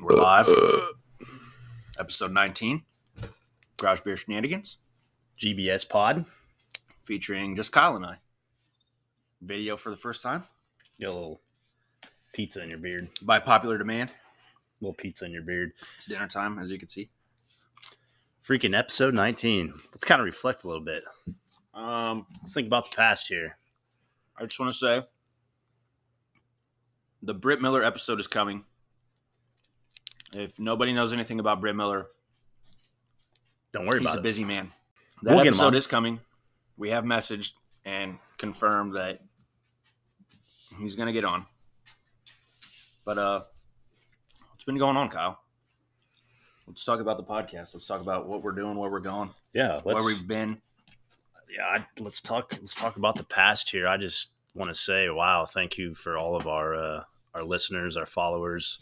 Live, episode 19, Garage Beer Shenanigans, GBS pod. featuring just Kyle and I. Video for the first time Get a little pizza in your beard. by popular demand. little pizza in your beard. It's dinner time, as you can see. Freaking episode 19. Let's kind of reflect a little bit. Um, Let's think about the past here. I just want to say the Britt Miller episode is coming. If nobody knows anything about Britt Miller, Don't worry He's a about it. busy man. That We'll get him episode on. is coming. We have messaged and confirmed that he's going to get on. But uh, what's been going on, Kyle? Let's talk about the podcast. Let's talk about what we're doing, where we're going, Yeah, where let's we've been. yeah, I, let's talk let's talk about the past here. I just want to say wow, thank you for all of our uh, our listeners, our followers,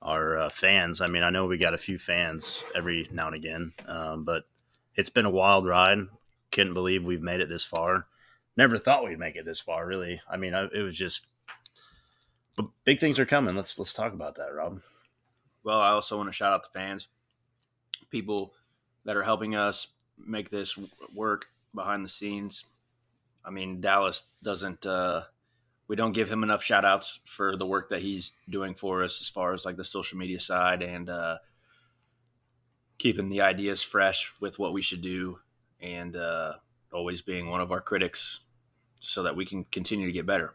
our uh, fans. I mean, I know we got a few fans every now and again, um, but it's been a wild ride. Couldn't believe we've made it this far. Never thought we'd make it this far, really. I mean, I, it was just. But big things are coming. Let's let's talk about that, Rob. Well, I also want to shout out the fans, people that are helping us make this w- work behind the scenes. I mean, Dallas doesn't, uh, we don't give him enough shout outs for the work that he's doing for us as far as like the social media side and uh, keeping the ideas fresh with what we should do and uh, always being one of our critics so that we can continue to get better.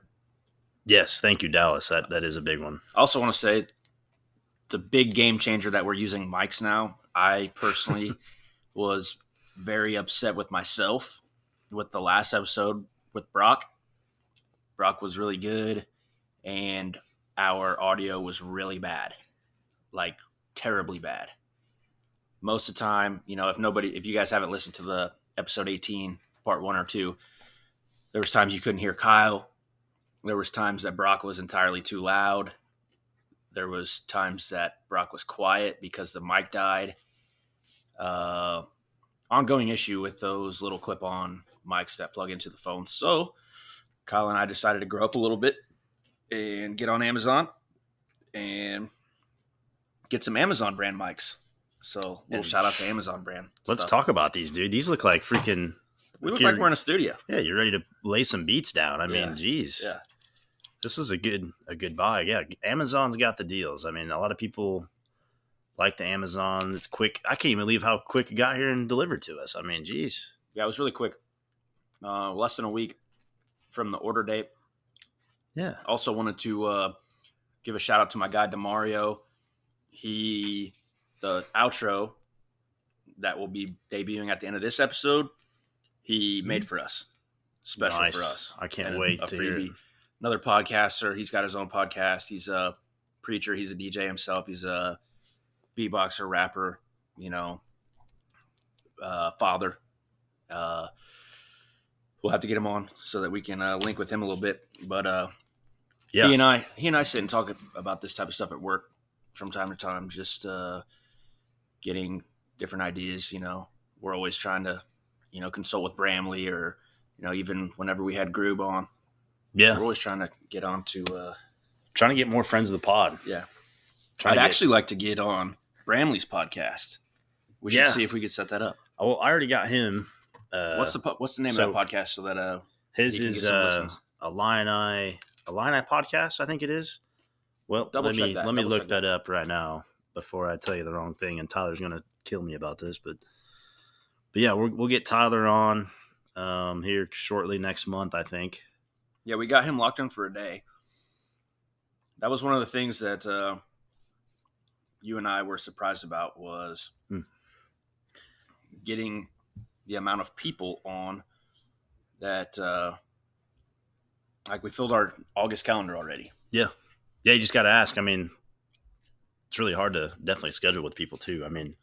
Yes, thank you, Dallas. That that is a big one. I also want to say it's a big game changer that we're using mics now. I personally was very upset with myself with the last episode with Brock. Brock was really good, and our audio was really bad like terribly bad. Most of the time, you know, if nobody, if you guys haven't listened to the episode 18, part one or two, there was times you couldn't hear Kyle. There was times that Brock was entirely too loud. There was times that Brock was quiet because the mic died. Uh, ongoing issue with those little clip-on mics that plug into the phone. So Kyle and I decided to grow up a little bit and get on Amazon and get some Amazon brand mics. So little And- shout out to Amazon brand. Let's stuff. talk about these, dude. These look like freaking We look Gear- like we're in a studio. Yeah, you're ready to lay some beats down. I mean, Yeah. geez, Yeah. this was a good a good buy. Yeah, Amazon's got the deals. I mean, a lot of people like the Amazon. It's quick. I can't even believe how quick it got here and delivered to us. I mean, geez, Yeah, it was really quick. Uh, less than a week from the order date. yeah, Also wanted to uh, give a shout out to my guy Demario. He the outro that will be debuting at the end of this episode. He made for us, special Nice. for us. I can't And wait a to hear it. freebie. Another podcaster. He's got his own podcast. He's a preacher. He's a DJ himself. He's a beatboxer, rapper. You know, uh, father. Uh, we'll have to get him on so that we can uh, link with him a little bit. But uh, yeah. he and I, he and I sit and talk about this type of stuff at work from time to time, just uh, getting different ideas. You know, we're always trying to, you know, consult with Bramley or, you know, even whenever we had Groob on, yeah, we're always trying to get on to. Uh, trying to get more friends of the pod. Yeah. trying I'd to get- actually like to get on Bramley's podcast. We should Yeah. see if we could set that up. Oh, well, I already got him. Uh, what's the po- what's the name so- of that podcast so that uh his he can is get some uh, listens. Illini Illini podcast. I think it is. Well, Double let check me that, let me double look check that up right now before I tell you the wrong thing. And Tyler's gonna kill me about this, but but yeah, we're, we'll get Tyler on um, here shortly next month. I think. Yeah, we got him locked in for a day. That was one of the things that uh, you and I were surprised about was Hmm. getting the amount of people on that. Uh, like we filled our August calendar already. Yeah, you just got to ask. I mean, it's really hard to definitely schedule with people too. I mean,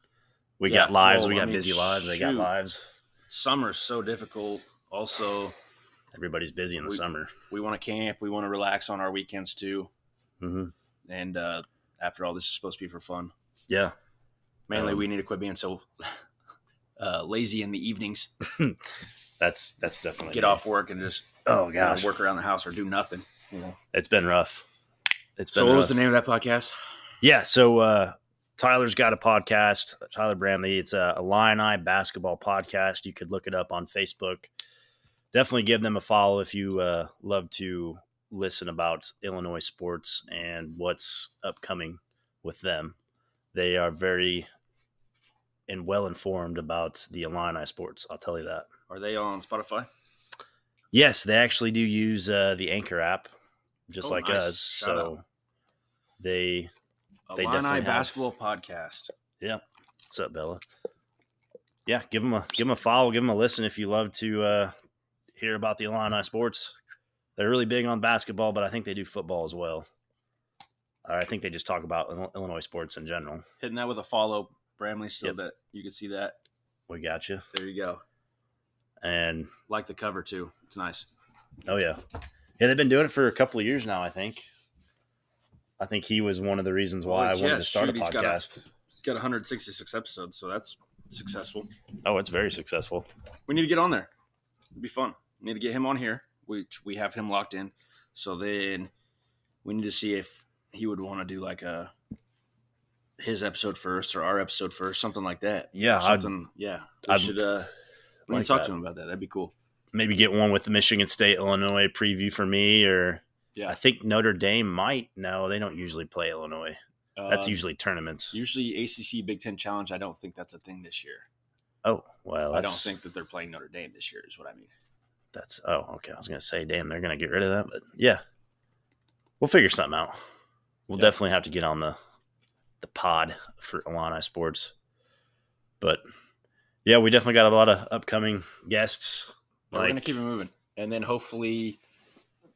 we Yeah, got lives, well, we I got mean, busy lives, they got shoot. lives. Summer's so difficult. Also, Everybody's busy in the We- summer. we want to camp. We want to relax on our weekends too. hmm And uh, after all, this is supposed to be for fun. Yeah, Mainly, Um, we need to quit being so uh, lazy in the evenings. that's that's definitely Get me. off work and just Oh you know, gosh, work around the house or do nothing. You know. uh, it's been rough. It's been So what was rough. the name of that podcast? Yeah, so uh Tyler's got a podcast, Tyler Bramley. It's a Illini basketball podcast. You could look it up on Facebook. Definitely give them a follow if you uh, love to listen about Illinois sports and what's upcoming with them. They are very and well informed about the Illini sports. I'll tell you that. Are they on Spotify? Yes, they actually do use uh, the Anchor app, just Oh, like nice. us. Shout so they, They definitely Illini have. basketball podcast. what's up, Bella? Yeah, give them a give 'em a follow, give them a listen if you love to uh, hear about the Illini sports. They're really big on basketball, but I think they do football as well. Or I think they just talk about Ill- Illinois sports in general. Hitting that with a follow, Bramley, so Yep. that you can see that. We got you, There you go. and Like the cover too. It's nice. Oh yeah, yeah. They've been doing it for a couple of years now. I think. I think he was one of the reasons why Oh, I wanted yeah, to start shoot, a he's got a- podcast. It's got 166 episodes, so that's successful. Oh, it's very successful. We need to get on there. It'd be fun. We need to get him on here, which we have him locked in. So then we need to see if he would want to do like a his episode first or our episode first, something like that. Yeah, I'd Something, yeah. We I'd should uh, we like need to talk that. to him about that. That'd be cool. maybe get one with the Michigan State Illinois preview for me, or Yeah. I think Notre Dame might. No, they don't usually play Illinois. That's Uh, usually tournaments. usually ACC Big Ten Challenge. I don't think that's a thing this year. oh well, I that's, don't think that they're playing Notre Dame this year. Is what I mean. that's. Oh, okay. I was gonna say, damn, they're gonna get rid of that, but yeah, we'll figure something out. We'll Yeah. definitely have to get on the the pod for Illini sports, but yeah, we definitely got a lot of upcoming guests. But we're gonna Like- keep it moving, and then hopefully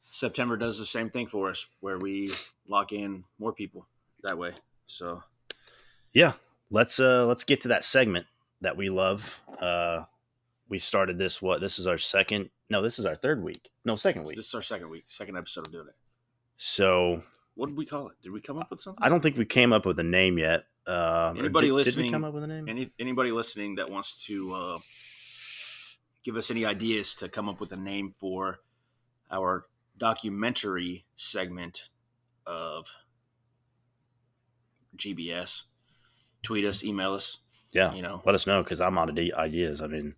September does the same thing for us, where we lock in more people that way. So Yeah, let's uh let's get to that segment that we love. Uh, we started this. What this is our second? No, this is our third week. No, second week. this is our second week, second episode of doing it. So What did we call it? Did we come up with something? I don't think we came up with a name yet. Um, or Anybody did, Did we listening- come up with a name? Any anybody listening that wants to uh, give us any ideas to come up with a name for our documentary segment of GBS, tweet us, email us. yeah, You know, let us know because I'm out of de- ideas. I mean,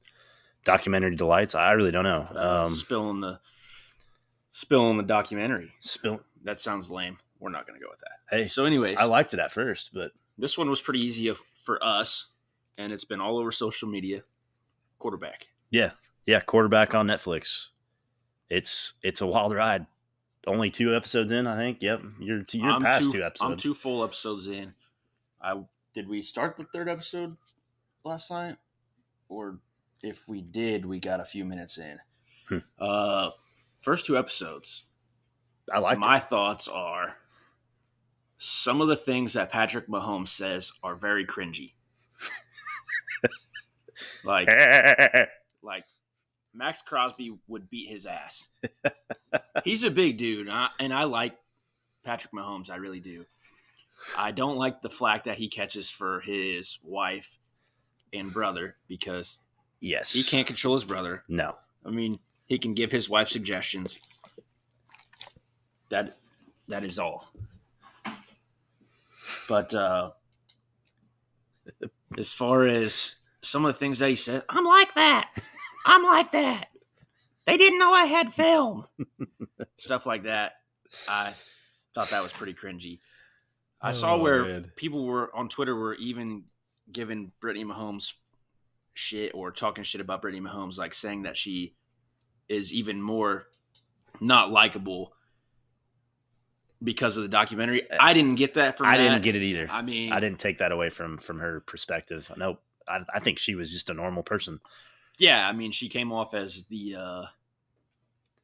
documentary delights. I really don't know. uh, Um, spilling the spilling the documentary. spill. That sounds lame. We're not going to go with that. Hey, So, anyways, I liked it at first, but this one was pretty easy of- for us, and it's been all over social media. Quarterback. yeah, quarterback on Netflix. It's it's a wild ride. Only two episodes in, I think. Yep, you're two, you're I'm past two, two episodes. I'm two full episodes in. I did we start the third episode last night, or if we did, we got a few minutes in. Hmm. Uh, first two episodes. I liked it. my thoughts are some of the things that Patrick Mahomes says are very cringy. like like Max Crosby would beat his ass. He's a big dude, and I, and I like Patrick Mahomes. I really do. I don't like the flack that he catches for his wife and brother because yes. he can't control his brother. No. I mean, he can give his wife suggestions. That that is all. But uh as far as some of the things that he said, I'm like that. I'm like that. They didn't know I had film. Stuff like that. I thought that was pretty cringy. I saw Oh, where man. people were on Twitter were even giving Brittany Mahomes shit or talking shit about Brittany Mahomes, like saying that she is even more not likable because of the documentary. I didn't get that from I that. didn't get it either. I mean, I didn't take that away from from her perspective. No, I, I think she was just a normal person. yeah, I mean, she came off as the uh,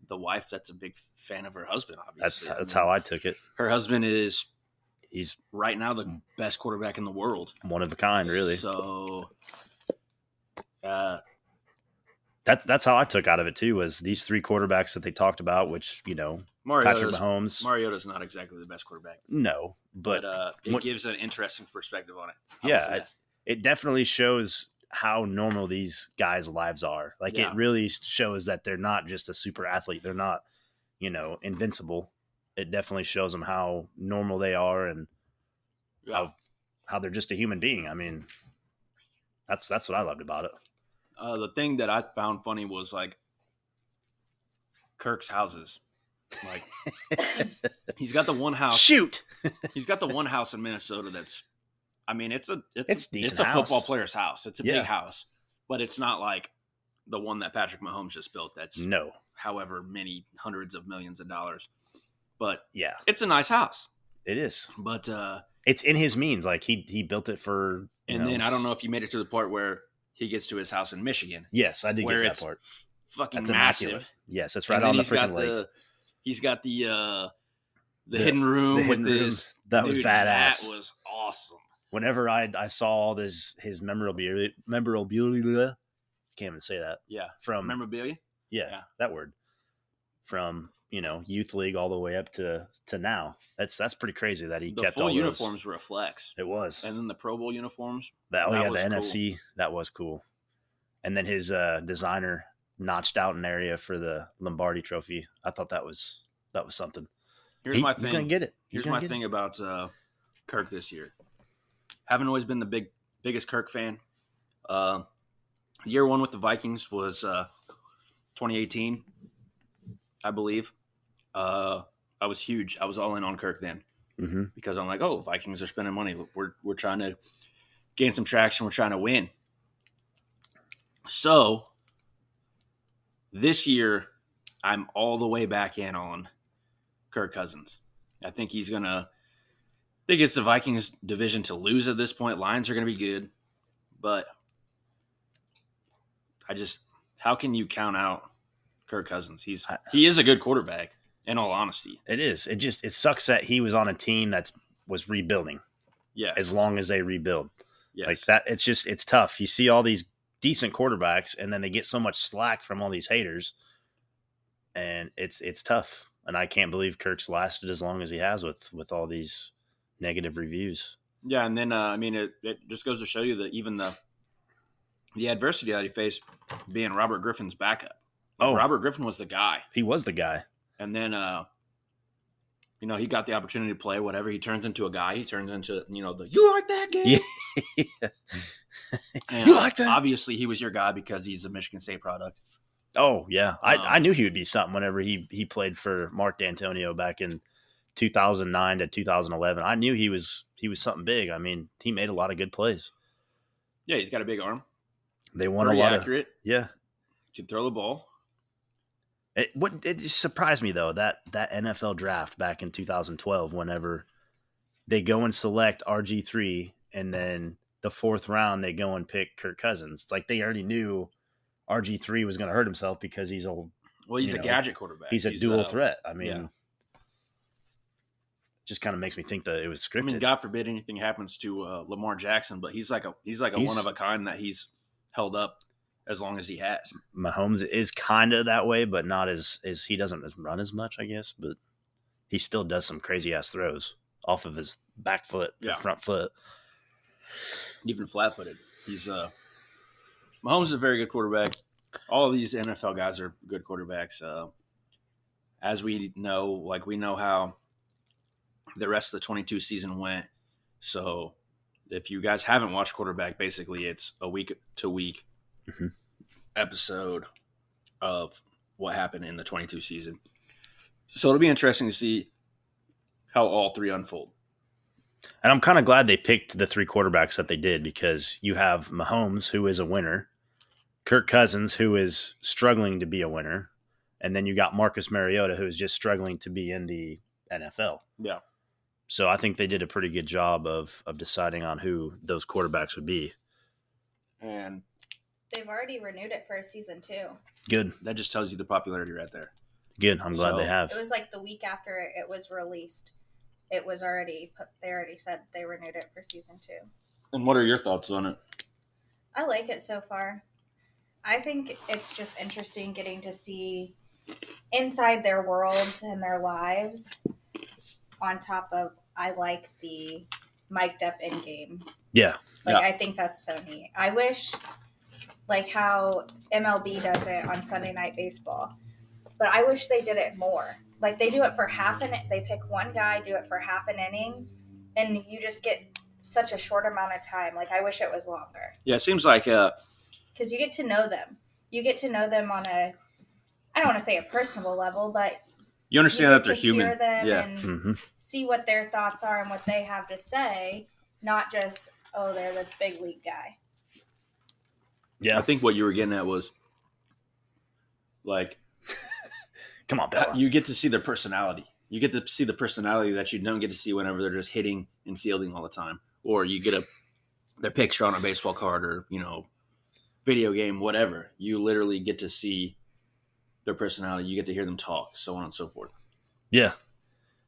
the wife that's a big fan of her husband. That's Obviously, that's how I took it. her husband is He's right now the best quarterback in the world. one of a kind, really. So, uh, That's that's how I took out of it too. Was these three quarterbacks that they talked about, which you know, Patrick Mariota's Mahomes. Mariota's not exactly the best quarterback, no, but, but uh, it what- gives an interesting perspective on it. I'll Yeah, say I- that. it definitely shows how normal these guys' lives are. Like Yeah. it really shows that they're not just a super athlete. They're not, you know, invincible. It definitely shows them how normal they are and Yeah. I'll- how they're just a human being. I mean, that's that's what I loved about it. Uh, the thing that I found funny was like Kirk's houses. Like he's got the one house. Shoot, He's got the one house in Minnesota that's. I mean, it's a it's It's it's, decent a house. football player's house. It's a Yeah. big house, but it's not like the one that Patrick Mahomes just built. That's no, however many hundreds of millions of dollars, but yeah, it's a nice house. it is. But uh, It's in his means. Like he he built it for. you and then I it's- don't know if you made it to the part where he gets to his house in Michigan, Yes, I did where get that it's part. f- fucking That's massive. immaculate. Yes, that's And right then on the he's got freaking lake. the he's got the uh, the, The- hidden room The with hidden room. his that was dude, badass. That was awesome. Whenever I I saw all this his memorabilia memorabilia, can't even say that Yeah, from memorabilia. yeah, Yeah. that word from you know youth league all the way up to to now. That's that's pretty crazy that he The kept full all those. uniforms were a flex, It was and then the Pro Bowl uniforms. that. Oh that yeah, was the cool. NFC that was cool. And then his uh, designer notched out an area for the Lombardi Trophy. I thought that was that was something. Here's He- my He's gonna thing. get it. He's Here's gonna my get it. thing about uh, Kirk this year. Haven't always been the big biggest Kirk fan. Uh, year one with the Vikings was uh, 2018, I believe. Uh, I was huge. I was all in on Kirk then. Mhm. because I'm like, oh, Vikings are spending money. We're we're trying to gain some traction. We're trying to win. So this year, I'm all the way back in on Kirk Cousins. I think he's gonna. I think it's the Vikings division to lose at this point. Lions are gonna be good, but I just how can you count out Kirk Cousins? He's I- he is a good quarterback. In all honesty, It is. It just it sucks that he was on a team that's was rebuilding. yes, As long as they rebuild, yes. like that, it's just it's tough. You see all these decent quarterbacks, and then they get so much slack from all these haters, and it's it's tough. And I can't believe Kirk's lasted as long as he has with with all these negative reviews. Yeah, and then uh, I mean, it, it just goes to show you that even the the adversity that he faced being Robert Griffin's backup. Like, Oh. Robert Griffin was the guy, He was the guy. and then uh, you know he got the opportunity to play whatever. He turns into a guy. He turns into you know the you like that game. Yeah. And, You uh, like that? Obviously, he was your guy because he's a Michigan State product. Oh yeah, I, Um, I knew he would be something whenever he he played for Mark D'Antonio back in 2009 to 2011. I knew he was he was something big. I mean, he made a lot of good plays. Yeah, he's got a big arm. They won a Pretty lot of accurate. yeah. Can throw the ball. It what it just surprised me though that that NFL draft back in 2012 whenever they go and select RG3 and then the fourth round they go and pick Kirk Cousins. It's like they already knew RG3 was going to hurt himself because he's a Well, he's You a know, gadget quarterback. he's a dual uh, threat. I mean, yeah. just kind of makes me think that it was I scripted. mean, God forbid anything happens to uh, Lamar Jackson, but he's like a he's like a He's- one of a kind that he's held up as long as he has. Mahomes is kind of that way, but not as as he doesn't as- run as much, I guess. But he still does some crazy ass throws off of his back foot, or Yeah. front foot. Even flat footed, he's uh Mahomes is a very good quarterback. All of these NFL guys are good quarterbacks. Uh, as we know, like we know how the rest of the twenty two season went. So if you guys haven't watched quarterback, basically it's a week to week Mhm. episode of what happened in the 22 season. So it'll be interesting to see how all three unfold. And I'm kind of glad they picked the three quarterbacks that they did because you have Mahomes, who is a winner, Kirk Cousins, who is struggling to be a winner, and then you got Marcus Mariota, who is just struggling to be in the NFL. Yeah. So I think they did a pretty good job of of deciding on who those quarterbacks would be. And They've already renewed it for a season two. Good, that just tells you the popularity right there. good. I'm glad So- they have. It was like the week after it was released. It was already put. They already said they renewed it for season two. And what are your thoughts on it? I like it so far. I think it's just interesting getting to see inside their worlds and their lives. On top of, I like the mic'd up in game. yeah, Like I think that's so neat. I wish like how MLB does it on Sunday night baseball. But I wish they did it more. Like they do it for half an they pick one guy, do it for half an inning, and you just get such a short amount of time. Like I wish it was longer Yeah, it seems like uh, because you get to know them. You get to know them on a I don't want to say a personal level, but you you understand get that they're to human. Hear them yeah, Mm-hmm. and hmm see what their thoughts are and what they have to say, not just oh they're this big league guy. Yeah. I think what you were getting at was like Come on, Bella. you get to see their personality. You get to see the personality that you don't get to see whenever they're just hitting and fielding all the time, or you get a their picture on a baseball card or you know video game, whatever. You literally get to see their personality. You get to hear them talk, so on and so forth. Yeah.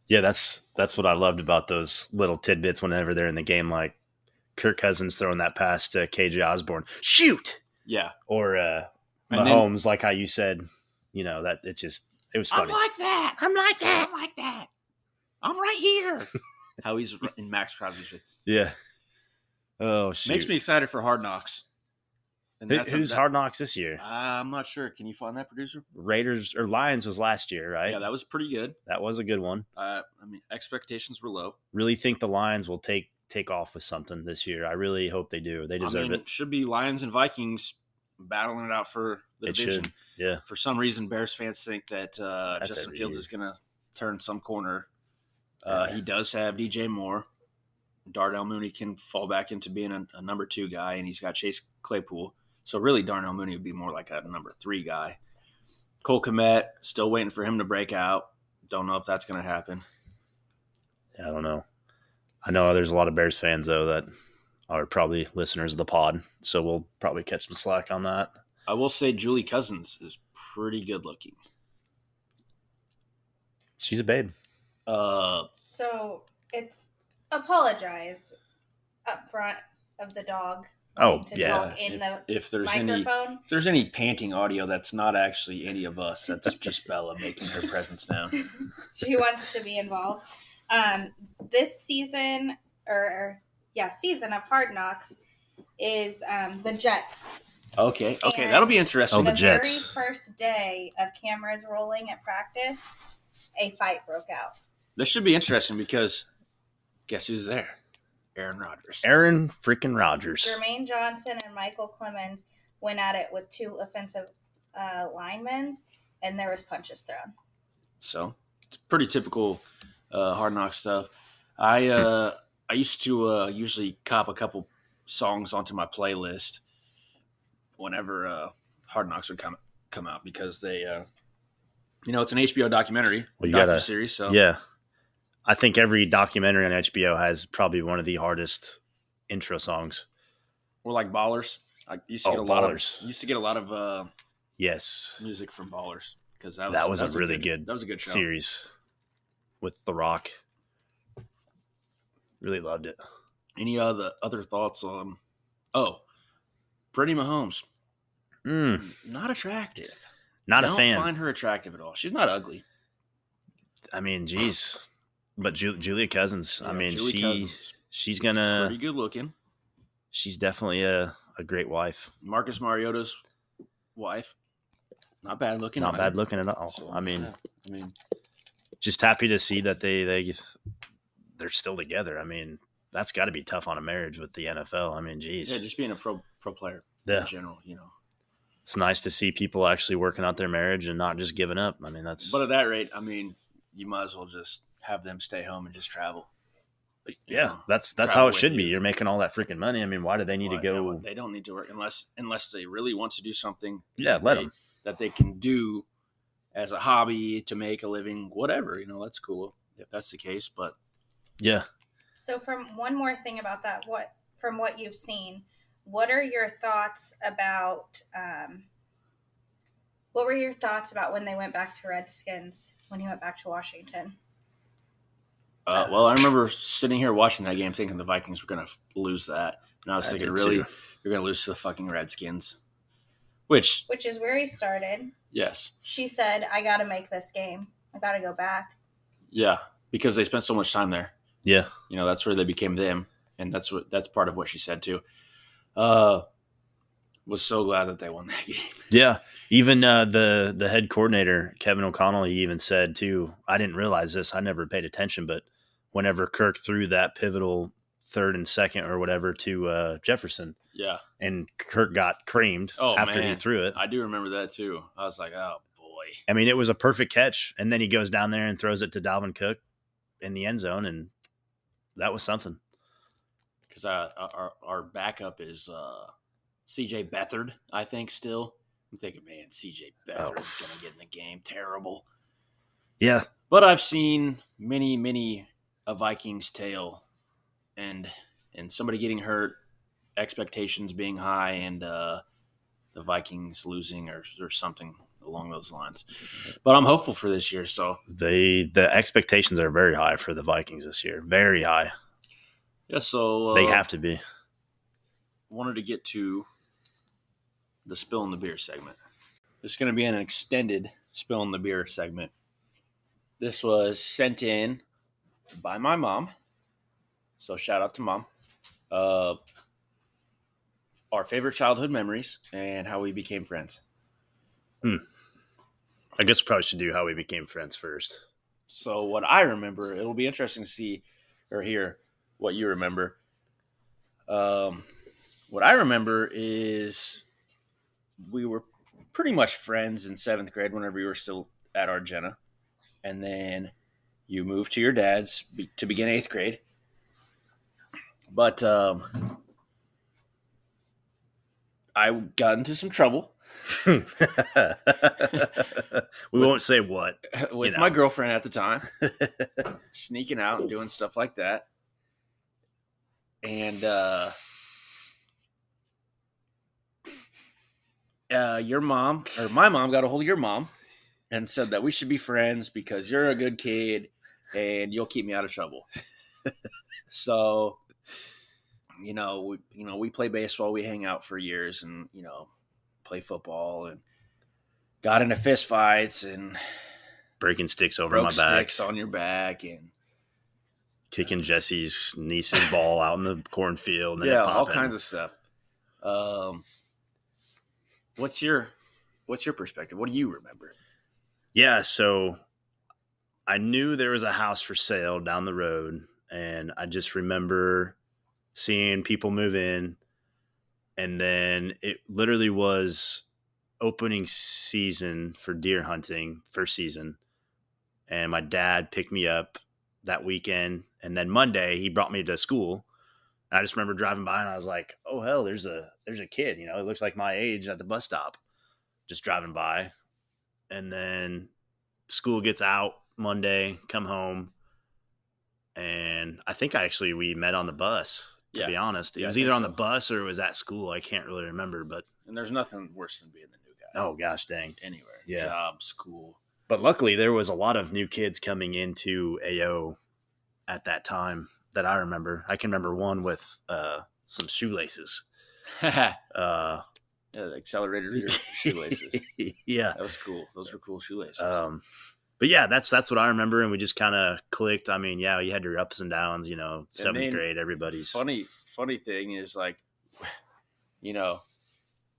Yeah, that's that's what I loved about those little tidbits whenever they're in the game, like Kirk Cousins throwing that pass to KJ Osborne. Shoot. Yeah, Or uh And then- Mahomes, like how you said, you know, that it just it was funny. like that. I'm like that. I'm like that. I'm right here. How he's r- in Max Crosby's with. yeah. Oh shoot. Makes me excited for Hard Knocks. And Who- who's that- hard knocks this year? I'm not sure. Can you find that producer? Raiders or Lions was last year, right? Yeah, that, that was pretty good. was a good one. Uh, I mean, expectations were low. Really think the Lions will take take off with something this year. I really hope they do. They deserve I mean, it. should be Lions and Vikings battling it out for the It division. should. Yeah. For some reason, Bears fans think that uh, That's Justin every Fields year. is going to turn some corner. Uh, Yeah. He does have DJ Moore. Darnell Mooney can fall back into being a, a number two guy, and he's got Chase Claypool. So really, Darnell Mooney would be more like a number three guy. Cole Komet, still waiting for him to break out. Don't know if that's going to happen. I don't know. I know there's a lot of Bears fans though that are probably listeners of the pod, so we'll probably catch some slack on that. I will say Julie Cousins is pretty good looking. She's a babe. Uh, So it's apologize up front of the dog Oh To yeah, talk. in if, the if there's E. any microphone. if there's any panting audio that's not actually any of us, that's just Bella making her presence known. she wants to be involved. Um, this season, or yeah, season of Hard Knocks is um, the Jets. Okay, okay, that'll be interesting. Oh, the Jets. very first day of cameras rolling at practice, a fight broke out. This should be interesting because guess who's there? Aaron Rodgers. Aaron freaking Rodgers. Jermaine Johnson and Michael Clemens went at it with two offensive uh, linemen, and there was punches thrown. So it's pretty typical uh, hard knock stuff. I uh, I used to uh, usually cop a couple songs onto my playlist whenever uh, Hard Knocks would come come out because they uh, you know it's an HBO documentary Well, you gotta- docu series so Yeah, I think every documentary on HBO has probably one of the hardest intro songs. we're like ballers. I used to Oh, get a lot Ballers. of used to get a lot of uh, Yes, music from Ballers because that was, That was a really good that was a good show. series with The Rock. Really loved it. Any other other thoughts on? Oh, Brittany Mahomes, Mm, not attractive. not don't a fan. find her attractive at all. She's not ugly. I mean, jeez. But Ju- Julia Cousins. I You know, mean, Julie she uh, Cousins, she's gonna. pretty good looking. she's definitely a, a great wife. Marcus Mariota's wife, not bad looking. Not either. bad looking at all. So, I mean, yeah. I mean, just happy to see that they they they're still together. I mean, that's got to be tough on a marriage with the NFL. I mean, geez, yeah, just being a pro pro player Yeah. in general, you know. it's nice to see people actually working out their marriage and not just giving up. I mean, that's But at that rate, I mean, you might as well just have them stay home and just travel. you yeah, know, that's that's travel how it with should be. you. You're making all that freaking money. I mean, why do they need Why- to go? you know, they don't need to work unless unless they really want to do something. yeah, that let they- them. that they can do as a hobby to make a living, whatever. You know, that's cool if that's the case. But Yeah, So, from one more thing about that, what from what you've seen, what are your thoughts about? Um, what were your thoughts about when they went back to Redskins when he went back to Washington? Uh, well, I remember sitting here watching that game, thinking the Vikings were going to lose that, and I was I thinking, did really, too. you're going to lose to the fucking Redskins. Which, Which is where he started. yes, She said, "I got to make this game. I got to go back." yeah, because they spent so much time there. yeah, You know, that's where they became them, and that's what that's part of what she said too. Uh, was so glad that they won that game. yeah. Even uh, the the head coordinator Kevin O'Connell, he even said too. I didn't realize this. I never paid attention, but whenever Kirk threw that pivotal third and second or whatever to uh, Jefferson, Yeah, and Kirk got creamed Oh, after he man. threw it. I do remember that too. I was like, oh boy. I mean, it was a perfect catch, and then he goes down there and throws it to Dalvin Cook in the end zone, and that was something. Because our, our backup is uh, CJ Bethard, I think, still. I'm thinking, man, CJ Bethard going to get in the game. Terrible. Yeah, But I've seen many, many a Vikings tale, and and somebody getting hurt, expectations being high, and uh, the Vikings losing or or something along those lines. But I'm hopeful for this year, so they the expectations are very high for the Vikings this year, very high. yeah. So uh, they have to be. wanted to get to the spill in the beer segment. It's going to be an extended spill in the beer segment. This was sent in by my mom, so shout out to mom. Uh, our favorite childhood memories and how we became friends. I guess we probably should do how we became friends first. So what I remember, it'll be interesting to see or hear what you remember. Um, what I remember is we were pretty much friends in seventh grade whenever you were still at Argenna, and then you moved to your dad's be- to begin eighth grade. But um, I got into some trouble we won't say what. with know. my girlfriend at the time. sneaking out and doing stuff like that. And uh, uh, your mom or my mom got a hold of your mom and said that we should be friends because you're a good kid and you'll keep me out of trouble. so, you know, we, you know, we play baseball, we hang out for years, and you know, play football and got into fistfights and Breaking sticks over broke my back, sticks on your back and kicking Jesse's niece's ball out in the cornfield. And yeah, all kinds of stuff. Um, what's your what's your perspective? What do you remember? Yeah, so I knew there was a house for sale down the road, and I just remember seeing people move in, and then it literally was opening season for deer hunting, first season, and my dad picked me up that weekend, and then Monday he brought me to school. And I just remember driving by, and I was like, "Oh hell, there's a there's a kid, you know, it looks like my age at the bus stop." Just driving by, and then school gets out Monday, come home, and I think actually we met on the bus. To Yeah. be honest, it Yeah, I was think either on the so. bus or it was at school. I can't really remember, but And there's nothing worse than being the new guy. oh gosh, dang. anywhere, Yeah. job, school. But luckily, there was a lot of new kids coming into AO at that time that I remember. I can remember one with uh, some shoelaces. yeah, Uh, the accelerator to your shoelaces. yeah. That was cool. Those were cool shoelaces. Um, but yeah, that's that's what I remember, and we just kind of clicked. I mean, yeah, you had your ups and downs. You know, seventh then grade, everybody's funny. Funny thing is like, you know.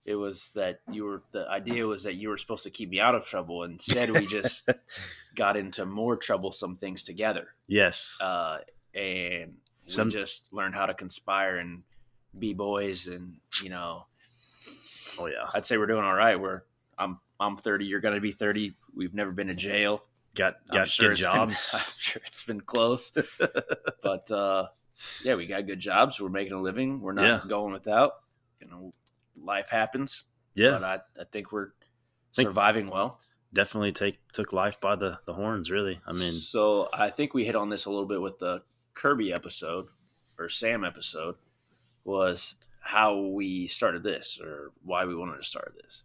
It was that you were the idea was that you were supposed to keep me out of trouble. Instead, we just got into more troublesome things together. yes, uh, and Some- we just learn how to conspire and be boys. And you know, oh yeah, I'd say we're doing all right. We're I'm I'm 30. You're gonna be 30. We've never been to jail. got I'm got sure good it's been- jobs. I'm sure it's been close, but uh, yeah, we got good jobs. We're making a living. We're not Yeah. going without. You know, life happens. yeah, But uh, I I think we're Think- surviving well. definitely take took life by the the horns. Really, I mean, so I think we hit on this a little bit with the Kirby episode or Sam episode was how we started this or why we wanted to start this.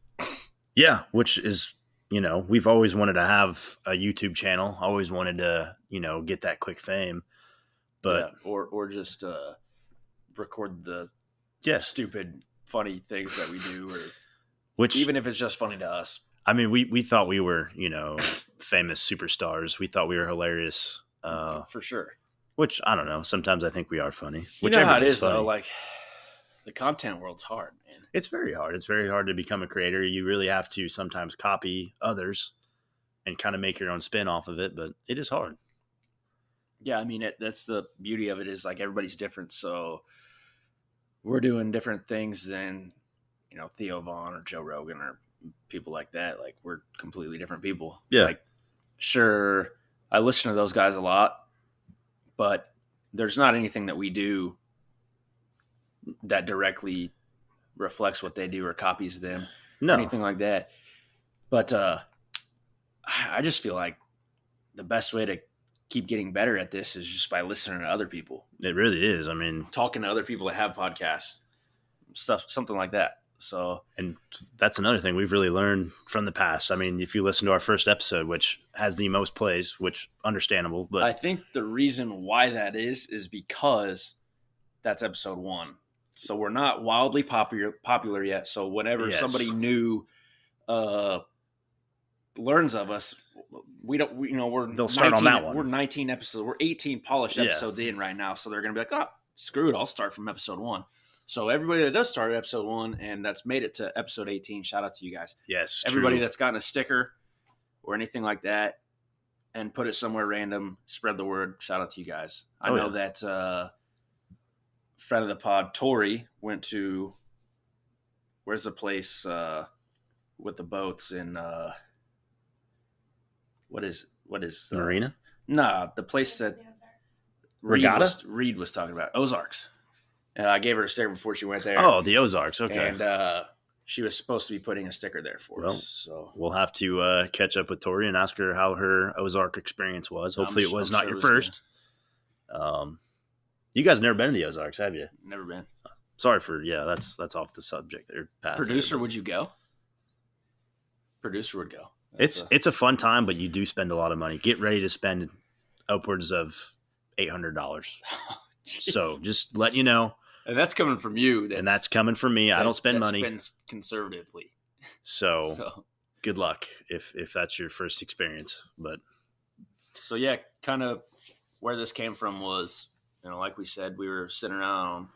Yeah, which is, you know, we've always wanted to have a YouTube channel, always wanted to, you know, get that quick fame. But Yeah, or or just uh, record the yes, stupid funny things that we do or which even even if it's just funny to us. I mean, we we thought we were, you know, famous superstars. We thought we were hilarious. Uh, for sure. which I don't know. Sometimes I think we are funny. You Which know how it everybody's is funny. though, like the content world's hard, man. it's very hard. It's very hard to become a creator. You really have to sometimes copy others and kind of make your own spin off of it. But it is hard. Yeah, I mean it, that's the beauty of it is like everybody's different, so we're doing different things than you know Theo Vaughn or Joe Rogan or people like that. Like we're completely different people. Yeah. Like sure, I listen to those guys a lot, but there's not anything that we do that directly reflects what they do or copies them No, anything like that. But uh, I just feel like the best way to keep getting better at this is just by listening to other people, it really is. I mean, talking to other people that have podcasts, stuff, something like that. So and that's another thing we've really learned from the past. I mean, if you listen to our first episode, which has the most plays, which understandable, but I think the reason why that is is because that's episode one. So we're not wildly popular popular yet. So whenever Yes. somebody new uh, learns of us, we don't. We, you know, we're They'll start 19 on that one. We're nineteen episodes. We're eighteen polished Yeah. episodes in right now. So they're gonna be like, oh, screw it. I'll start from episode one. So everybody that does start at episode one and that's made it to episode eighteen, shout out to you guys yes, everybody true. that's gotten a sticker or anything like that and put it somewhere random spread the word shout out to you guys i Oh, know that uh friend of the pod tori went to where's the place uh with the boats in uh what is what is the Marina. nah the place that reed Regatta? was, reed was talking about ozarks and i gave her a sticker before she went there Oh, the Ozarks. Okay, and uh she was supposed to be putting a sticker there for Well, us so we'll have to uh, catch up with Tori and ask her how her Ozark experience was. I'm Hopefully, su- it was I'm not sure your it was first. Um, you guys never been to the Ozarks, have you? Never been. Sorry for yeah, that's that's off the subject or path. there, Producer, but would you go? Producer would go. it's That's a- it's a fun time, but you do spend a lot of money. Get ready to spend upwards of eight hundred dollars. So just let you know, uh, and that's coming from you. That's, and that's coming from me. I don't that- spend that money, Spends conservatively. so So, good luck if if that's your first experience. But so yeah, kind of where this came from was, you know, like we said, we were sitting around,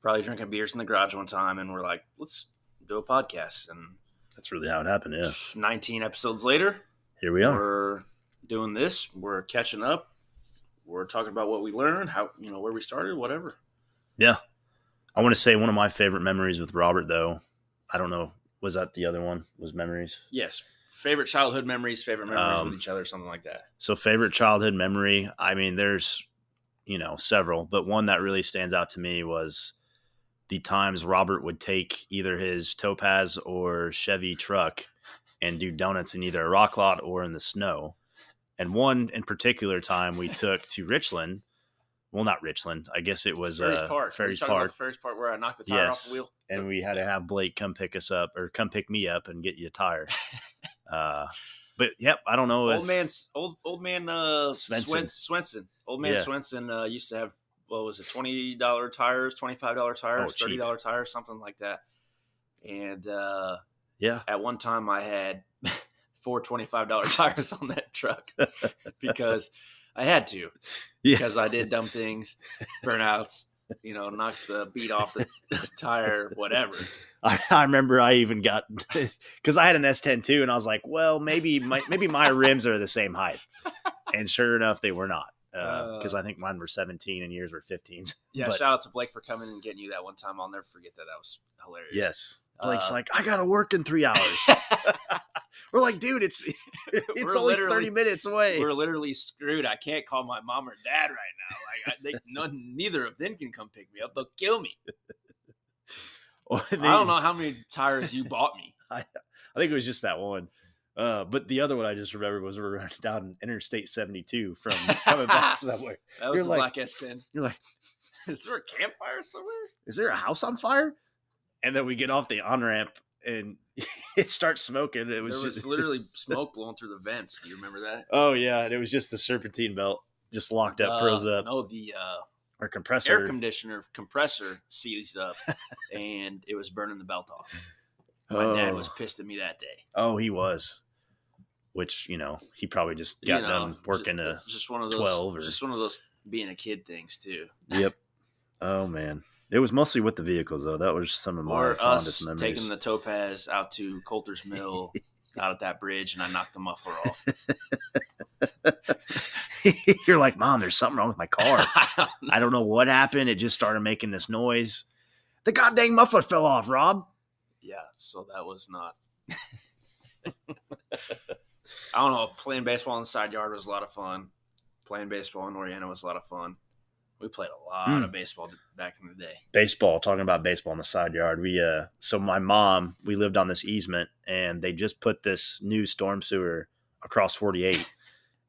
probably drinking beers in the garage one time, and we're like, let's do a podcast. And that's really how it happened. Yeah, 19 episodes later, here we are. we're doing this. We're catching up. We're talking about what we learned, how you know where we started, whatever. I want to say one of my favorite memories with Robert, though. I don't know. Was that the other one? Was memories? Yes. Favorite childhood memories, favorite memories Um, with each other, something like that. So, favorite childhood memory. I mean, there's, you know, several, but one that really stands out to me was the times Robert would take either his Topaz or Chevy truck and do donuts in either a rock lot or in the snow. And one in particular time we took to Richland. Well, not Richland. I guess it was Ferry's uh, Park. Are you Ferry's talking about Park. the Ferry's Park where I knocked the tire off Yes. the wheel. and we had to have Blake come pick us up or come pick me up and get you a tire. uh, but yep, I don't know. Old if- man, old old man uh, Swenson. Swenson. Swenson. Old man Yeah. Swenson uh, used to have what was it, twenty dollar tires, twenty five dollar tires, Oh, cheap. thirty dollar tires, something like that. And uh, Yeah, at one time, I had four twenty five dollar tires on that truck because I had to. yeah, because I did dumb things, burnouts, you know, knocked the beat off the tire, whatever. I, I remember I even got because I had an S10 too, and I was like, well, maybe my, maybe my rims are the same height, and sure enough, they were not. Uh. Because I think mine were 17 and yours were 15s. Yeah, But- shout out to Blake for coming and getting you that one time. I'll never forget that. That was hilarious. Yes. Blake's Uh, like, I gotta work in three hours. We're like, dude, it's it's We're only literally- 30 minutes away. We're literally screwed. I can't call my mom or dad right now. Like, I, they, none, neither of them can come pick me up. They'll kill me. I don't know how many tires you bought me. I think it was just that one. Uh, but the other one I just remembered was we were running down Interstate 72 from coming back from somewhere. That was You're the like- Black S10. You're like, Is there a campfire somewhere? is there a house on fire? And then we get off the on ramp and it starts smoking. It was, there was just literally smoke blowing through the vents. Do you remember that? oh yeah, and it was just the serpentine belt just locked up, froze Uh, up. No, the uh, Our compressor, air conditioner compressor seized up and it was burning the belt off. My oh. dad was pissed at me that day. oh, he was. Which you know he probably just You got know, done ju- working a just one of those 12 or- just one of those being a kid things too. yep. Oh man, it was mostly with the vehicles though. That was some of my Or fondest us memories. taking the Topaz out to Coulter's Mill out at that bridge and I knocked the muffler off. You're like, Mom, there's something wrong with my car. I I don't know what happened. It just started making this noise. The goddamn muffler fell off, Rob. Yeah, so that was not. I don't know. Playing baseball in the side yard was a lot of fun. Playing baseball in Oriana was a lot of fun. We played a lot Hmm. of baseball back in the day. Baseball, talking about baseball in the side yard. We uh so my mom, we lived on this easement and they just put this new storm sewer across 48.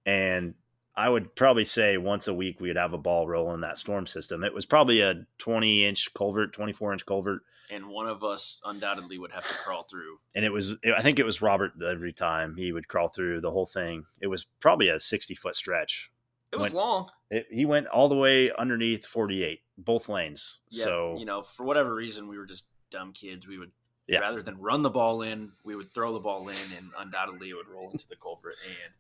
and I would probably say once a week we would have a ball roll in that storm system. It was probably a 20 inch culvert, 24 inch culvert. And one of us undoubtedly would have to crawl through. and it was i think it was robert every time he would crawl through the whole thing it was probably a 60 foot stretch It was Went- long. it, he went all the way underneath 48 both lanes Yeah, so you know, for whatever reason, we were just dumb kids. We would Yeah. rather than run the ball in, we would throw the ball in, and undoubtedly it would roll into the culvert. And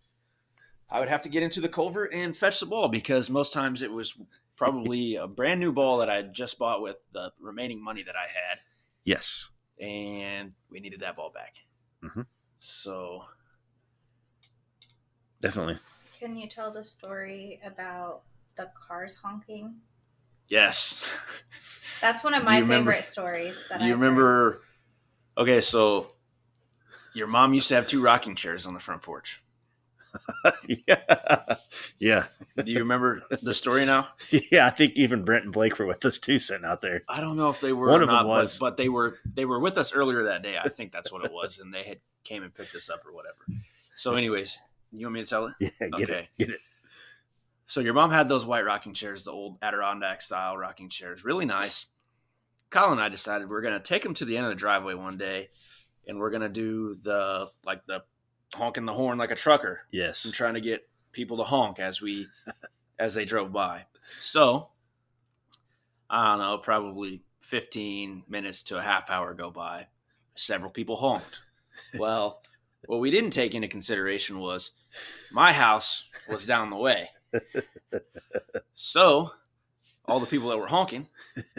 I would have to get into the culvert and fetch the ball because most times it was probably a brand new ball that I had just bought with the remaining money that I had, yes and we needed that ball back. Mhm. So definitely Can you tell the story about the cars honking? yes, That's one of Do my you remember- favorite stories. That do you I've remember? Okay, so your mom used to have two rocking chairs on the front porch. yeah yeah Do you remember the story now? yeah i think even brent and blake were with us too sitting out there I don't know if they were One or of them not, but- was. But, they were they were with us earlier that day. I think that's what it was, and they had came and picked us up or whatever. So, anyways, you want me to tell it? yeah get Okay. it get it So your mom had those white rocking chairs, the old Adirondack style rocking chairs, really nice. Colin and I decided we are gonna take them to the end of the driveway one day, and we're gonna do the like the honking the horn like a trucker, and yes trying to get people to honk as we as they drove by. So I don't know, probably 15 minutes to a half hour go by. Several people honked. Well, what we didn't take into consideration was my house was down the way. So all the people that were honking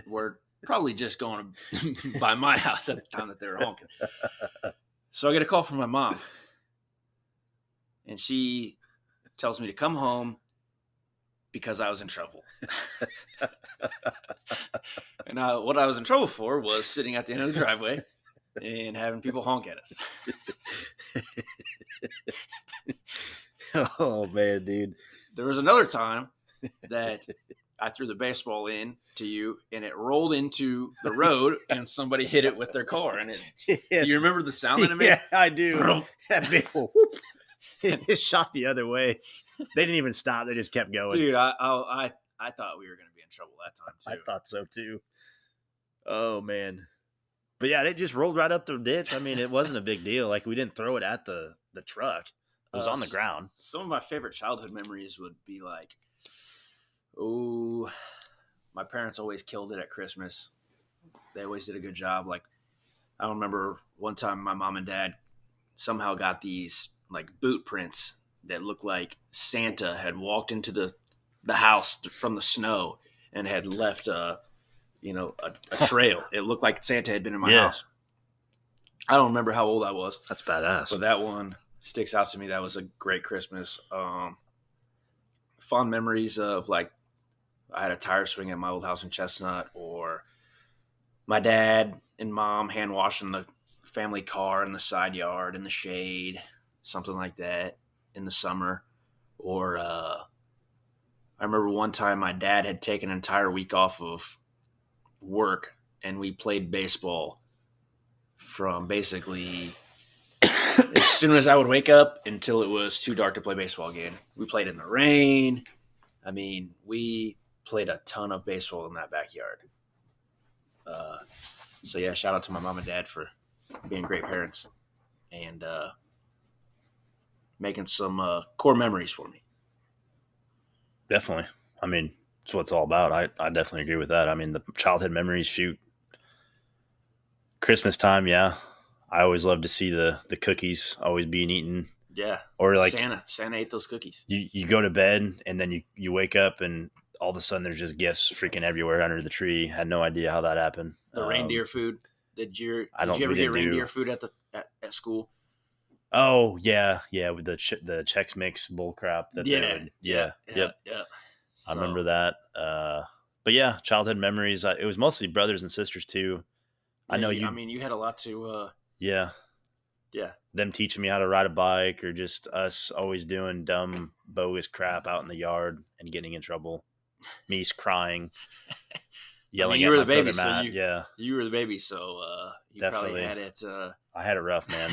were probably just going by my house at the time that they were honking. So I get a call from my mom and she tells me to come home because I was in trouble. and I, what I was in trouble for was sitting at the end of the driveway and having people honk at us. oh man dude There was another time that I threw the baseball in to you and it rolled into the road and somebody hit it with their car. And it, yeah, you remember the sound that it made? yeah i do that big old whoop it shot the other way they didn't even stop they just kept going Dude, I, I, I, I thought we were going to be in trouble that time too. I thought so too. Oh man. But yeah, it just rolled right up the ditch. I mean, it wasn't a big deal. Like we didn't throw it at the the truck. It was Uh, on the s- ground. some of my favorite childhood memories would be like, oh, my parents always killed it at Christmas. They always did a good job. Like, I remember one time my mom and dad somehow got these like boot prints that looked like Santa had walked into the the house th- from the snow and had left a you know a, a trail. it looked like Santa had been in my Yeah. house. I don't remember how old I was. That's badass. So that one sticks out to me. That was a great Christmas. Um, fond memories of like I had a tire swing at my old house in Chestnut, or my dad and mom hand washing the family car in the side yard in the shade, something like that in the summer. Or uh, I remember one time my dad had taken an entire week off of work, and we played baseball from basically as soon as I would wake up until it was too dark to play baseball again. We played in the rain. I mean, we played a ton of baseball in that backyard. Uh, so yeah, shout out to my mom and dad for being great parents and uh, making some uh, core memories for me. definitely. I mean, it's what it's all about. I, I definitely agree with that. I mean, the childhood memories shoot. Christmas time, yeah. I always love to see the the cookies always being eaten. Yeah, Or like Santa, Santa ate those cookies. you, you go to bed and then you, you wake up and all of a sudden there's just gifts freaking everywhere under the tree. Had no idea how that happened. The Um, reindeer food. Did you I did don't- you ever we get didn't do- reindeer food at the at, at school? Oh yeah, yeah, with the ch- the Chex Mix bull crap that they would, yeah, yep. yeah. I remember that. Uh, but yeah, childhood memories. I, it was mostly brothers and sisters too. I know you. I mean, you had a lot to. Uh, yeah, Yeah. Them teaching me how to ride a bike, or just us always doing dumb, bogus crap out in the yard and getting in trouble. Me crying, yelling you at were my the baby, brother so Matt. you- Yeah, you were the baby, so uh, you Definitely. probably had it. Uh, I had it rough, man.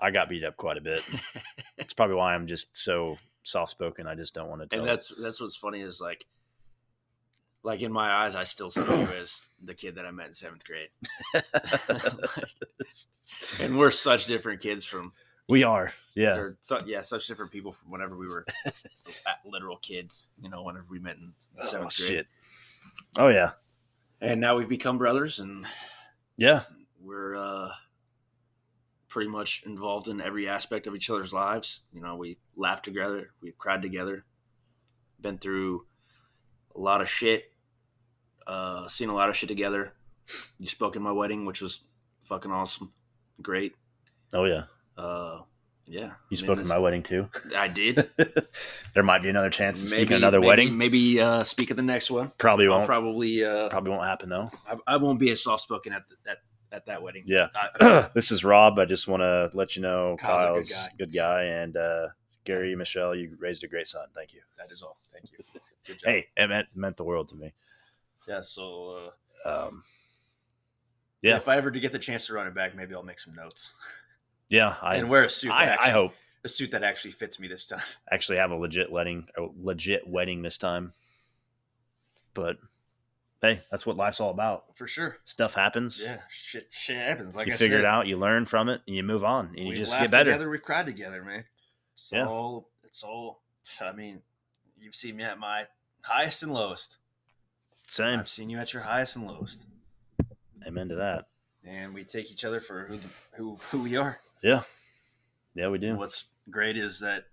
I got beat up quite a bit. It's probably why I'm just so soft spoken. I just don't want to tell. and that's that's what's funny is like, like in my eyes, I still see you as the kid that I met in seventh grade, and we're such different kids from, we are, yeah. or su- yeah, such different people from whenever we were at literal kids. You know, whenever we met in Oh seventh grade, shit. Oh yeah, and now we've become brothers, and yeah. we're uh, pretty much involved in every aspect of each other's lives. You know, we laugh together, we've cried together, been through a lot of shit, uh, seen a lot of shit together. You spoke at my wedding, which was fucking awesome, great. Oh yeah. Uh, yeah, You spoke at my wedding too. wedding. I did. there might be another chance to speak Maybe at another maybe- wedding. Maybe uh, speak at the next one. Probably I'll won't. probably uh, Probably won't happen though. I, I won't be as soft spoken at, the, at at that wedding. Yeah. I, this is Rob. I just want to let you know Kyle's Kyle's, a good guy. good, guy. and uh, Gary, Michelle, you raised a great son. Thank you. that is all. Thank you. Good job. Hey, it meant meant the world to me. Yeah. So. Uh, Um, Yeah. If I ever do get the chance to run it back, maybe I'll make some notes yeah, I and wear a suit. That I, actually, I hope a suit that actually fits me this time. actually have a legit wedding, a legit wedding this time. But hey, that's what life's all about. For sure. Stuff happens. Yeah. Shit. Shit happens. Like you I figure said, it out. You learn from it, and you move on, and you we've just laughed get better. Together, we've cried together, man. It's Yeah. all. It's all. I mean, you've seen me at my highest and lowest. Same. I've seen you at your highest and lowest, Amen to that. and we take each other for who the, who who we are. Yeah. Yeah, we do. What's great is that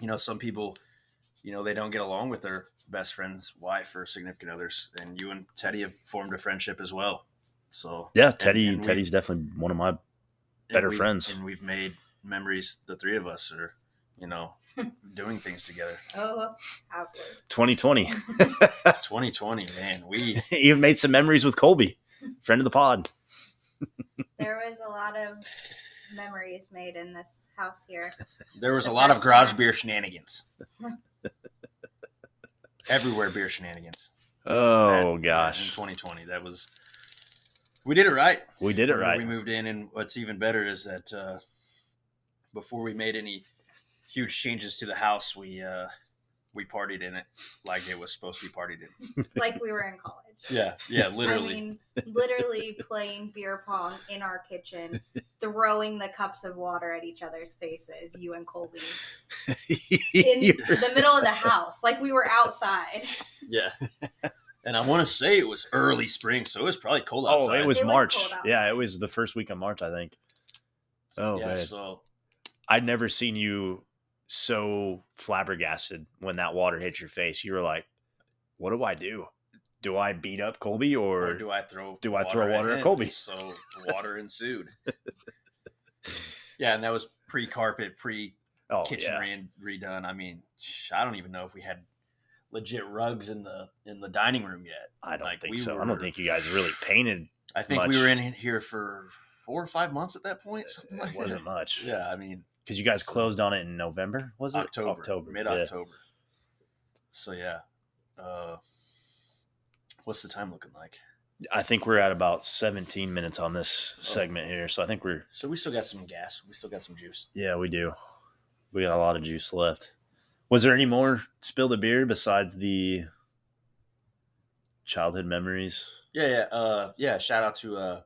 you know some people, you know, they don't get along with their best friend's wife or significant others, and you and Teddy have formed a friendship as well. So Yeah, Teddy. and we've- Teddy's definitely one of my. and Better we've- friends. and we've made memories. The three of us are, you know, doing things together. Oh, outward. 2020. 2020, man, we You've made some memories with Colby, friend of the pod. There was a lot of memories made in this house here. there was a The lot of first garage time. beer shenanigans. Everywhere beer shenanigans. Oh That- in gosh, 2020, that was we did it right. we did it Whenever right. We moved in, and what's even better is that uh, before we made any huge changes to the house, we uh, we partied in it like it was supposed to be partied in. Like we were in college. Yeah, yeah, literally. I mean, literally playing beer pong in our kitchen, throwing the cups of water at each other's faces, you and Colby, in You- the middle of the house. Like we were outside. yeah. And I want to say it was early spring, so it was probably cold oh, outside. it was It was March. cold outside. yeah, it was the first week of March, I think. Oh yeah, man, so I'd never seen you so flabbergasted when that water hit your face. You were like, "What do I do? Do I beat up Colby or, or?" do I throw do I throw water at him? Colby? So water ensued. yeah, and that was pre carpet, pre oh kitchen ran redone. I mean, sh- I don't even know if we had legit rugs in the in the dining room yet. I don't like, think we so. I don't were- think you guys really painted. I think Much. we were in here for four or five months at that point. Something like It wasn't that. much. Yeah, I mean because you guys closed on it in November, was it? October, October, mid yeah. October. So yeah, uh, what's the time looking like? I think we're at about 17 minutes on this segment here, so I think we're So we still got some gas. We still got some juice. yeah, we do. We got a lot of juice left. Was there any more spill the beer besides the childhood memories? Yeah, yeah, uh, yeah. Shout out to uh,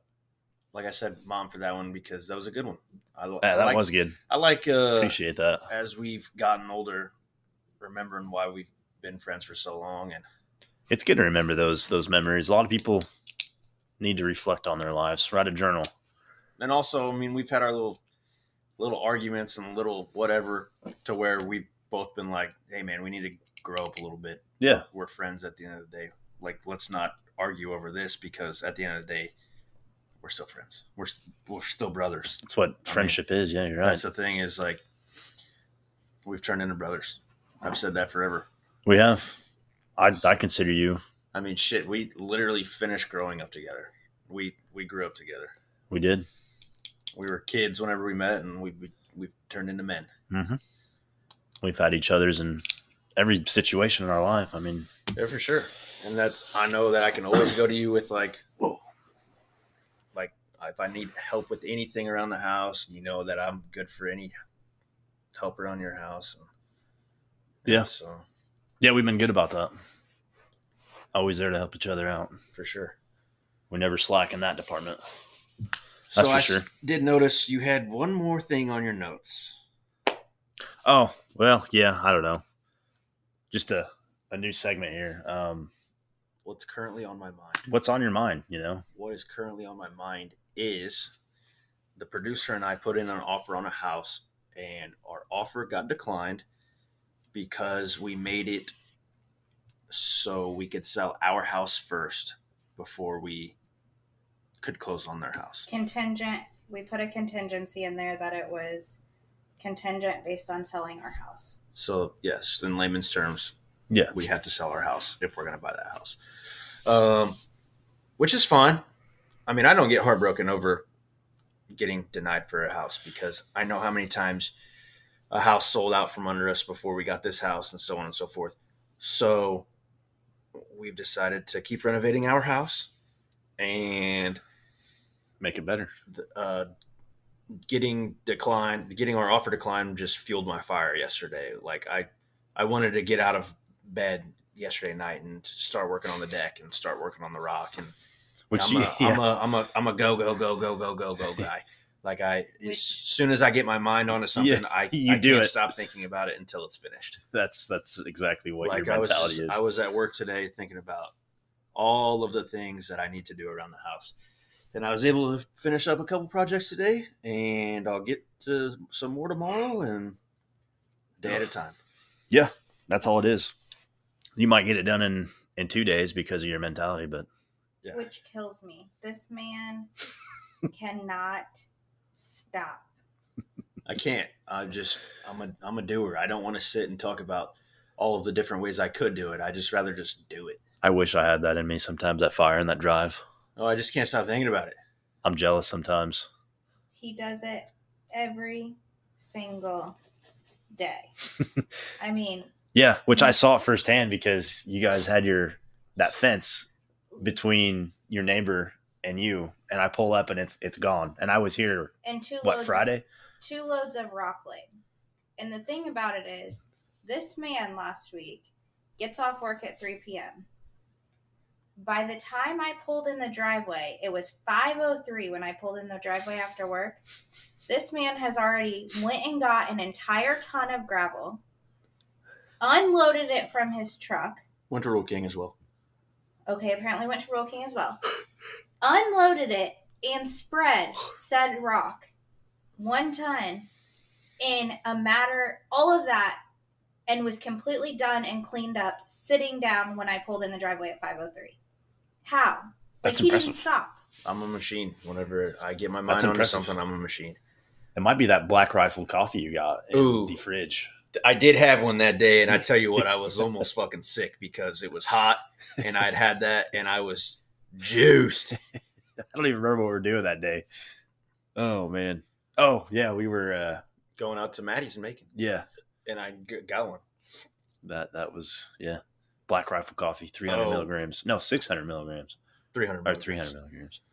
like I said, mom for that one because that was a good one. I, li- Yeah, I that like, was good. I like uh, Appreciate that. as we've gotten older, remembering why we've been friends for so long, and It's good to remember those those memories. A lot of people need to reflect on their lives. Write a journal. and also, I mean, we've had our little little arguments and little whatever to where we've both been like, "Hey, man, we need to grow up a little bit. Yeah, We're friends at the end of the day. Like, let's not argue over this because at the end of the day, we're still friends. We're s- we're still brothers. That's what friendship is. Yeah, you're right. That's the thing is like we've turned into brothers. I've said that forever. We have. I I consider you. I mean, shit, we literally finished growing up together. We we grew up together. We did. We were kids whenever we met, and we, we we've turned into men. Mm-hmm. We've had each other's in every situation in our life. I mean, Yeah, for sure. And that's I know that I can always go to you with like, whoa, like if I need help with anything around the house, you know that I'm good for any help around your house. Yeah. So yeah, we've been good about that. Always there to help each other out. for sure. We never slack in that department. so That's for I s- sure. did notice you had one more thing on your notes. Oh well, yeah. I don't know. Just a a new segment here. Um, What's currently on my mind? what's on your mind? You know. What is currently on my mind is the producer and I put in an offer on a house, and our offer got declined because we made it so we could sell our house first before we could close on their house. Contingent. We put a contingency in there that it was contingent based on selling our house. So, yes, in layman's terms, Yeah. we have to sell our house if we're going to buy that house, um, which is fine. I mean, I don't get heartbroken over getting denied for a house because I know how many times a house sold out from under us before we got this house and so on and so forth. So we've decided to keep renovating our house and Make it better. th- uh, getting decline, getting our offer decline just fueled my fire yesterday. Like I, I wanted to get out of bed yesterday night and start working on the deck and start working on the rock. And Which I'm, a, I'm a, I'm a, I'm a go, go, go, go, go, go, go guy. Like I, as Which- soon as I get my mind onto something, Yeah, I, you I do can't it. stop thinking about it until it's finished. that's that's exactly what like your I was, mentality is. I was at work today thinking about all of the things that I need to do around the house. And I was able to finish up a couple projects today, and I'll get to some more tomorrow and day at a time. that's all it is. You might get it done in in two days because of your mentality, but Yeah. which kills me. This man cannot stop. I can't. I just I'm a I'm a doer. I don't want to sit and talk about all of the different ways I could do it. I just rather just do it. I wish I had that in me. Sometimes that fire and that drive. Oh, I just can't stop thinking about it. I'm jealous sometimes. He does it every single day. I mean, Yeah, which I saw firsthand because you guys had your that fence between your neighbor and you, and I pull up and it's it's gone. And I was here and two what loads Friday? two loads of rock lane. And the thing about it is, this man last week gets off work at 3 p.m. By the time I pulled in the driveway, it was 5:03 when I pulled in the driveway after work. This man has already went and got an entire ton of gravel, unloaded it from his truck. Winter Rule King as well. Okay, apparently went to Roll King as well. Unloaded it and spread said rock one ton in a matter all of that and was completely done and cleaned up sitting down when I pulled in the driveway at 503. How? That's like he impressive. didn't stop. I'm a machine. Whenever I get my mind That's onto impressive. something, I'm a machine. It might be that black rifle coffee you got in Ooh. the fridge. I did have one that day, and I tell you what, I was almost fucking sick because it was hot, and I'd had that, and I was juiced. I don't even remember what we were doing that day. Oh man. Oh yeah, we were. uh Going out to Maddie's and making, Yeah, and I g- got one. that that was yeah. Black rifle coffee, three hundred Oh. milligrams. No, six hundred milligrams 300 or three hundred milligrams.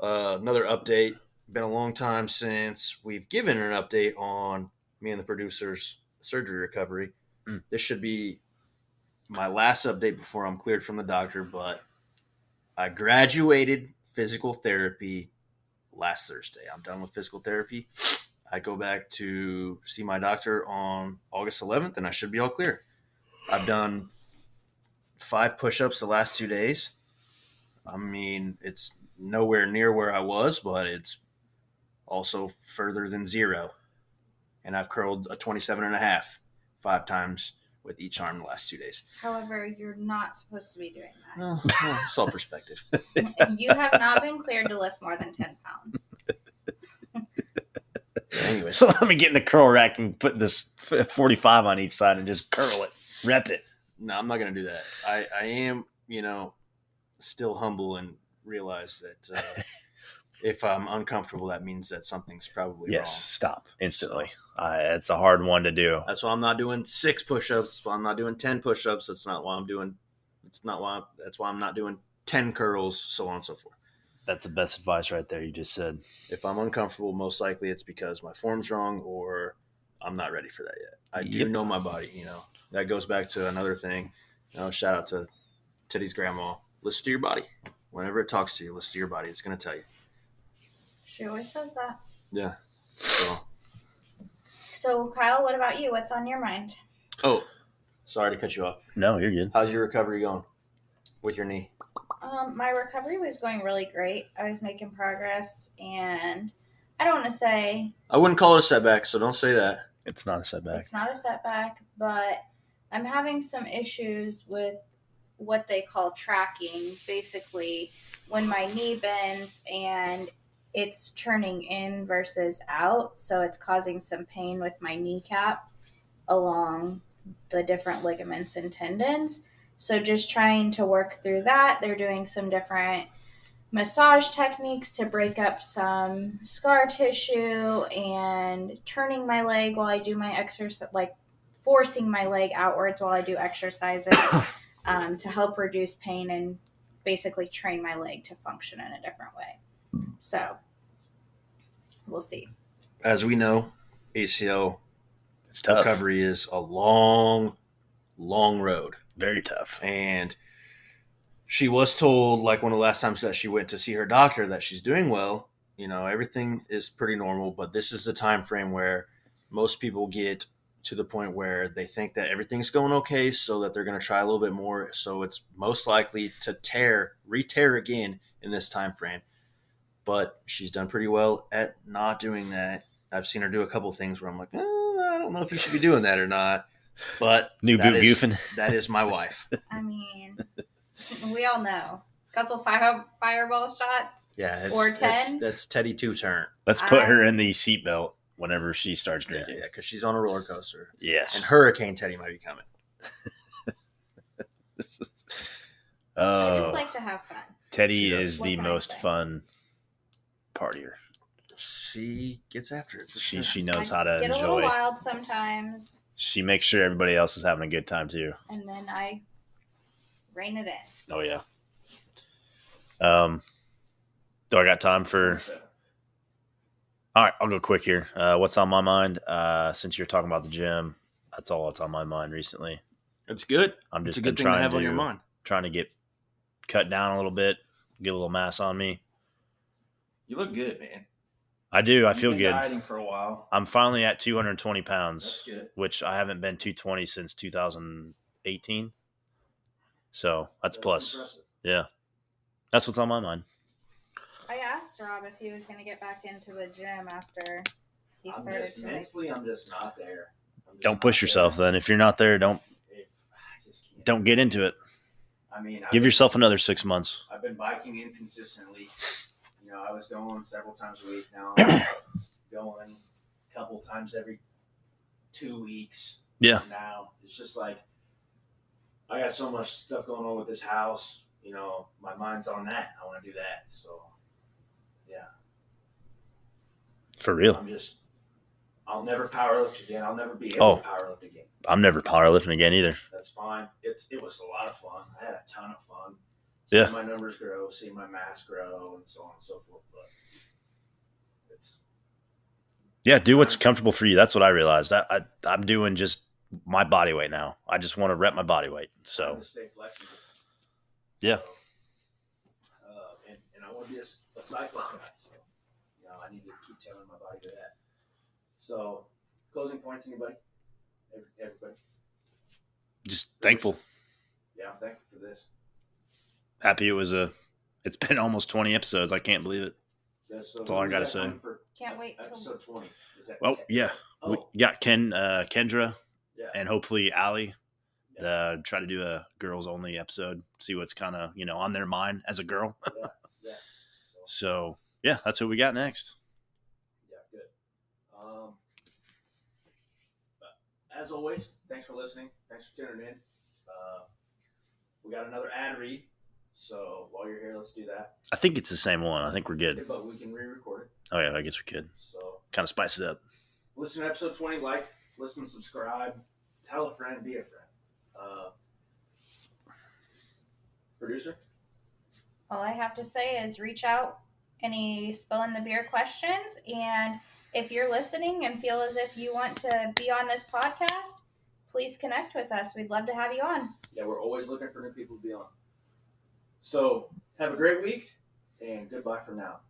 Uh, another update. Been a long time since we've given an update on me and the producer's surgery recovery. Mm. This should be my last update before I'm cleared from the doctor, but I graduated physical therapy last Thursday. I'm done with physical therapy. I go back to see my doctor on August 11th, and I should be all clear. I've done five push ups the last two days. I mean, it's nowhere near where I was, but it's also further than zero. And I've curled a 27 and a half five times with each arm the last two days. However, you're not supposed to be doing that. Well, it's all perspective. You have not been cleared to lift more than 10 pounds. Anyways, So let me get in the curl rack and put this 45 on each side and just curl it, rep it. no, I'm not gonna do that. I, I am, you know, still humble and realize that uh, if I'm uncomfortable, that means that something's probably yes, stop instantly. Uh, it's a hard one to do. wrong. That's why I'm not doing six push-ups. That's why I'm not doing ten push-ups. That's not why I'm doing. It's not why. That's why I'm not doing ten curls. So on and so forth. That's the best advice right there. You just said If I'm uncomfortable, most likely it's because my form's wrong or I'm not ready for that yet. I Yep. do know my body, you know. That goes back to another thing. You know, shout out to Teddy's grandma. Listen to your body. Whenever it talks to you, listen to your body. It's going to tell you. She always says that. Yeah. So, So, Kyle, what about you? What's on your mind? oh, sorry to cut you off. no. You're good. How's your recovery going with your knee? Um, my recovery was going really great. I was making progress, and I don't want to say I wouldn't call it a setback, so don't say that. It's not a setback. it's not a setback, but I'm having some issues with what they call tracking. Basically, when my knee bends and it's turning in versus out, so it's causing some pain with my kneecap along the different ligaments and tendons. So, just trying to work through that. They're doing some different massage techniques to break up some scar tissue and turning my leg while I do my exercise, like forcing my leg outwards while I do exercises um, to help reduce pain and basically train my leg to function in a different way. So we'll see. As we know, ACL It's tough. recovery is a long, long road. Very tough. and she was told like one of the last times that she went to see her doctor that she's doing well you know everything is pretty normal but this is the time frame where most people get to the point where they think that everything's going okay so that they're going to try a little bit more so it's most likely to tear re-tear again in this time frame but she's done pretty well at not doing that i've seen her do a couple things where i'm like eh, i don't know if you should be doing that or not but New that boot is- goofing. that is my wife I mean, we all know. Couple fire, fireball shots. Yeah, it's, Or it's- 10? that's Teddy two turn. Let's put I- her in the seatbelt whenever she starts Yeah, drinking. yeah, because she's on a roller coaster, and Yes. Hurricane Teddy might be coming. I Oh, just like to have fun. She Teddy does. is What the can I most say? fun partier. She gets after it. for She sure. she knows I how to get a little enjoy. wild sometimes, She makes sure everybody else is having a good time too. and then I rein it in. Oh yeah. Um, do I got time for? All right, I'll go quick here. Uh, what's on my mind? Uh, since you're talking about the gym, that's all that's on my mind recently. it's good. I'm It's just a been good thing to trying have on your mind. trying to get cut down a little bit, get a little mass on me. You look good, man. I do. I feel good. for a while. I'm finally at 220 pounds, good. which I haven't been 220 since 2018. So that's plus. Yeah, that's what's on my mind. I asked Rob if he was going to get back into the gym after he started to make. I'm just not there. I'm just Don't not push yourself. Then if you're not there, don't there. If- I just can't. don't get into it. I mean, I've Give been- yourself another six months. I've been biking inconsistently. You know, I was going several times a week. Now I'm going a couple times every two weeks. Yeah. Now it's just like I got so much stuff going on with this house. You know, my mind's on that. I want to do that. So For real. I'm just, I'll never powerlift again. I'll never be able Oh. to powerlift again. I'm never powerlifting again either. That's fine. It's it was a lot of fun. I had a ton of fun. Yeah. Seeing my numbers grow, seeing my mass grow, and so on and so forth. But it's Yeah, do what's comfortable for you. That's what I realized. I, I I'm doing just my body weight now. I just want to rep my body weight. trying So to stay flexible. Yeah. Uh, and, and I want to be a, s- a cyclist guy, so you know I need to keep telling my body to that. So, closing points, anybody? Every, everybody? just thankful. Yeah, I'm thankful for this. Happy it was a. It's been almost 20 episodes. I can't believe it. That's, so That's all I we gotta got say. one For Can't wait till episode twenty. Is that Well, yeah. Oh, We got Ken, uh, Kendra, yeah. and hopefully Allie uh, try to do a girls only episode, see what's kind of you know on their mind as a girl. Yeah, yeah. So yeah, that's what we got next. Yeah, good. Um, but as always, thanks for listening. Thanks for tuning in. Uh, we got another ad read, so while you're here, let's do that. I think it's the same one. I think we're good. But we can re-record it. Oh yeah, I guess we could So kind of spice it up. listen to episode 20, like, listen, subscribe, tell a friend, be a friend. Uh, producer, All I have to say is reach out any spill in the beer questions. And if you're listening and feel as if you want to be on this podcast, please connect with us. We'd love to have you on. yeah, we're always looking for new people to be on. So have a great week and goodbye for now.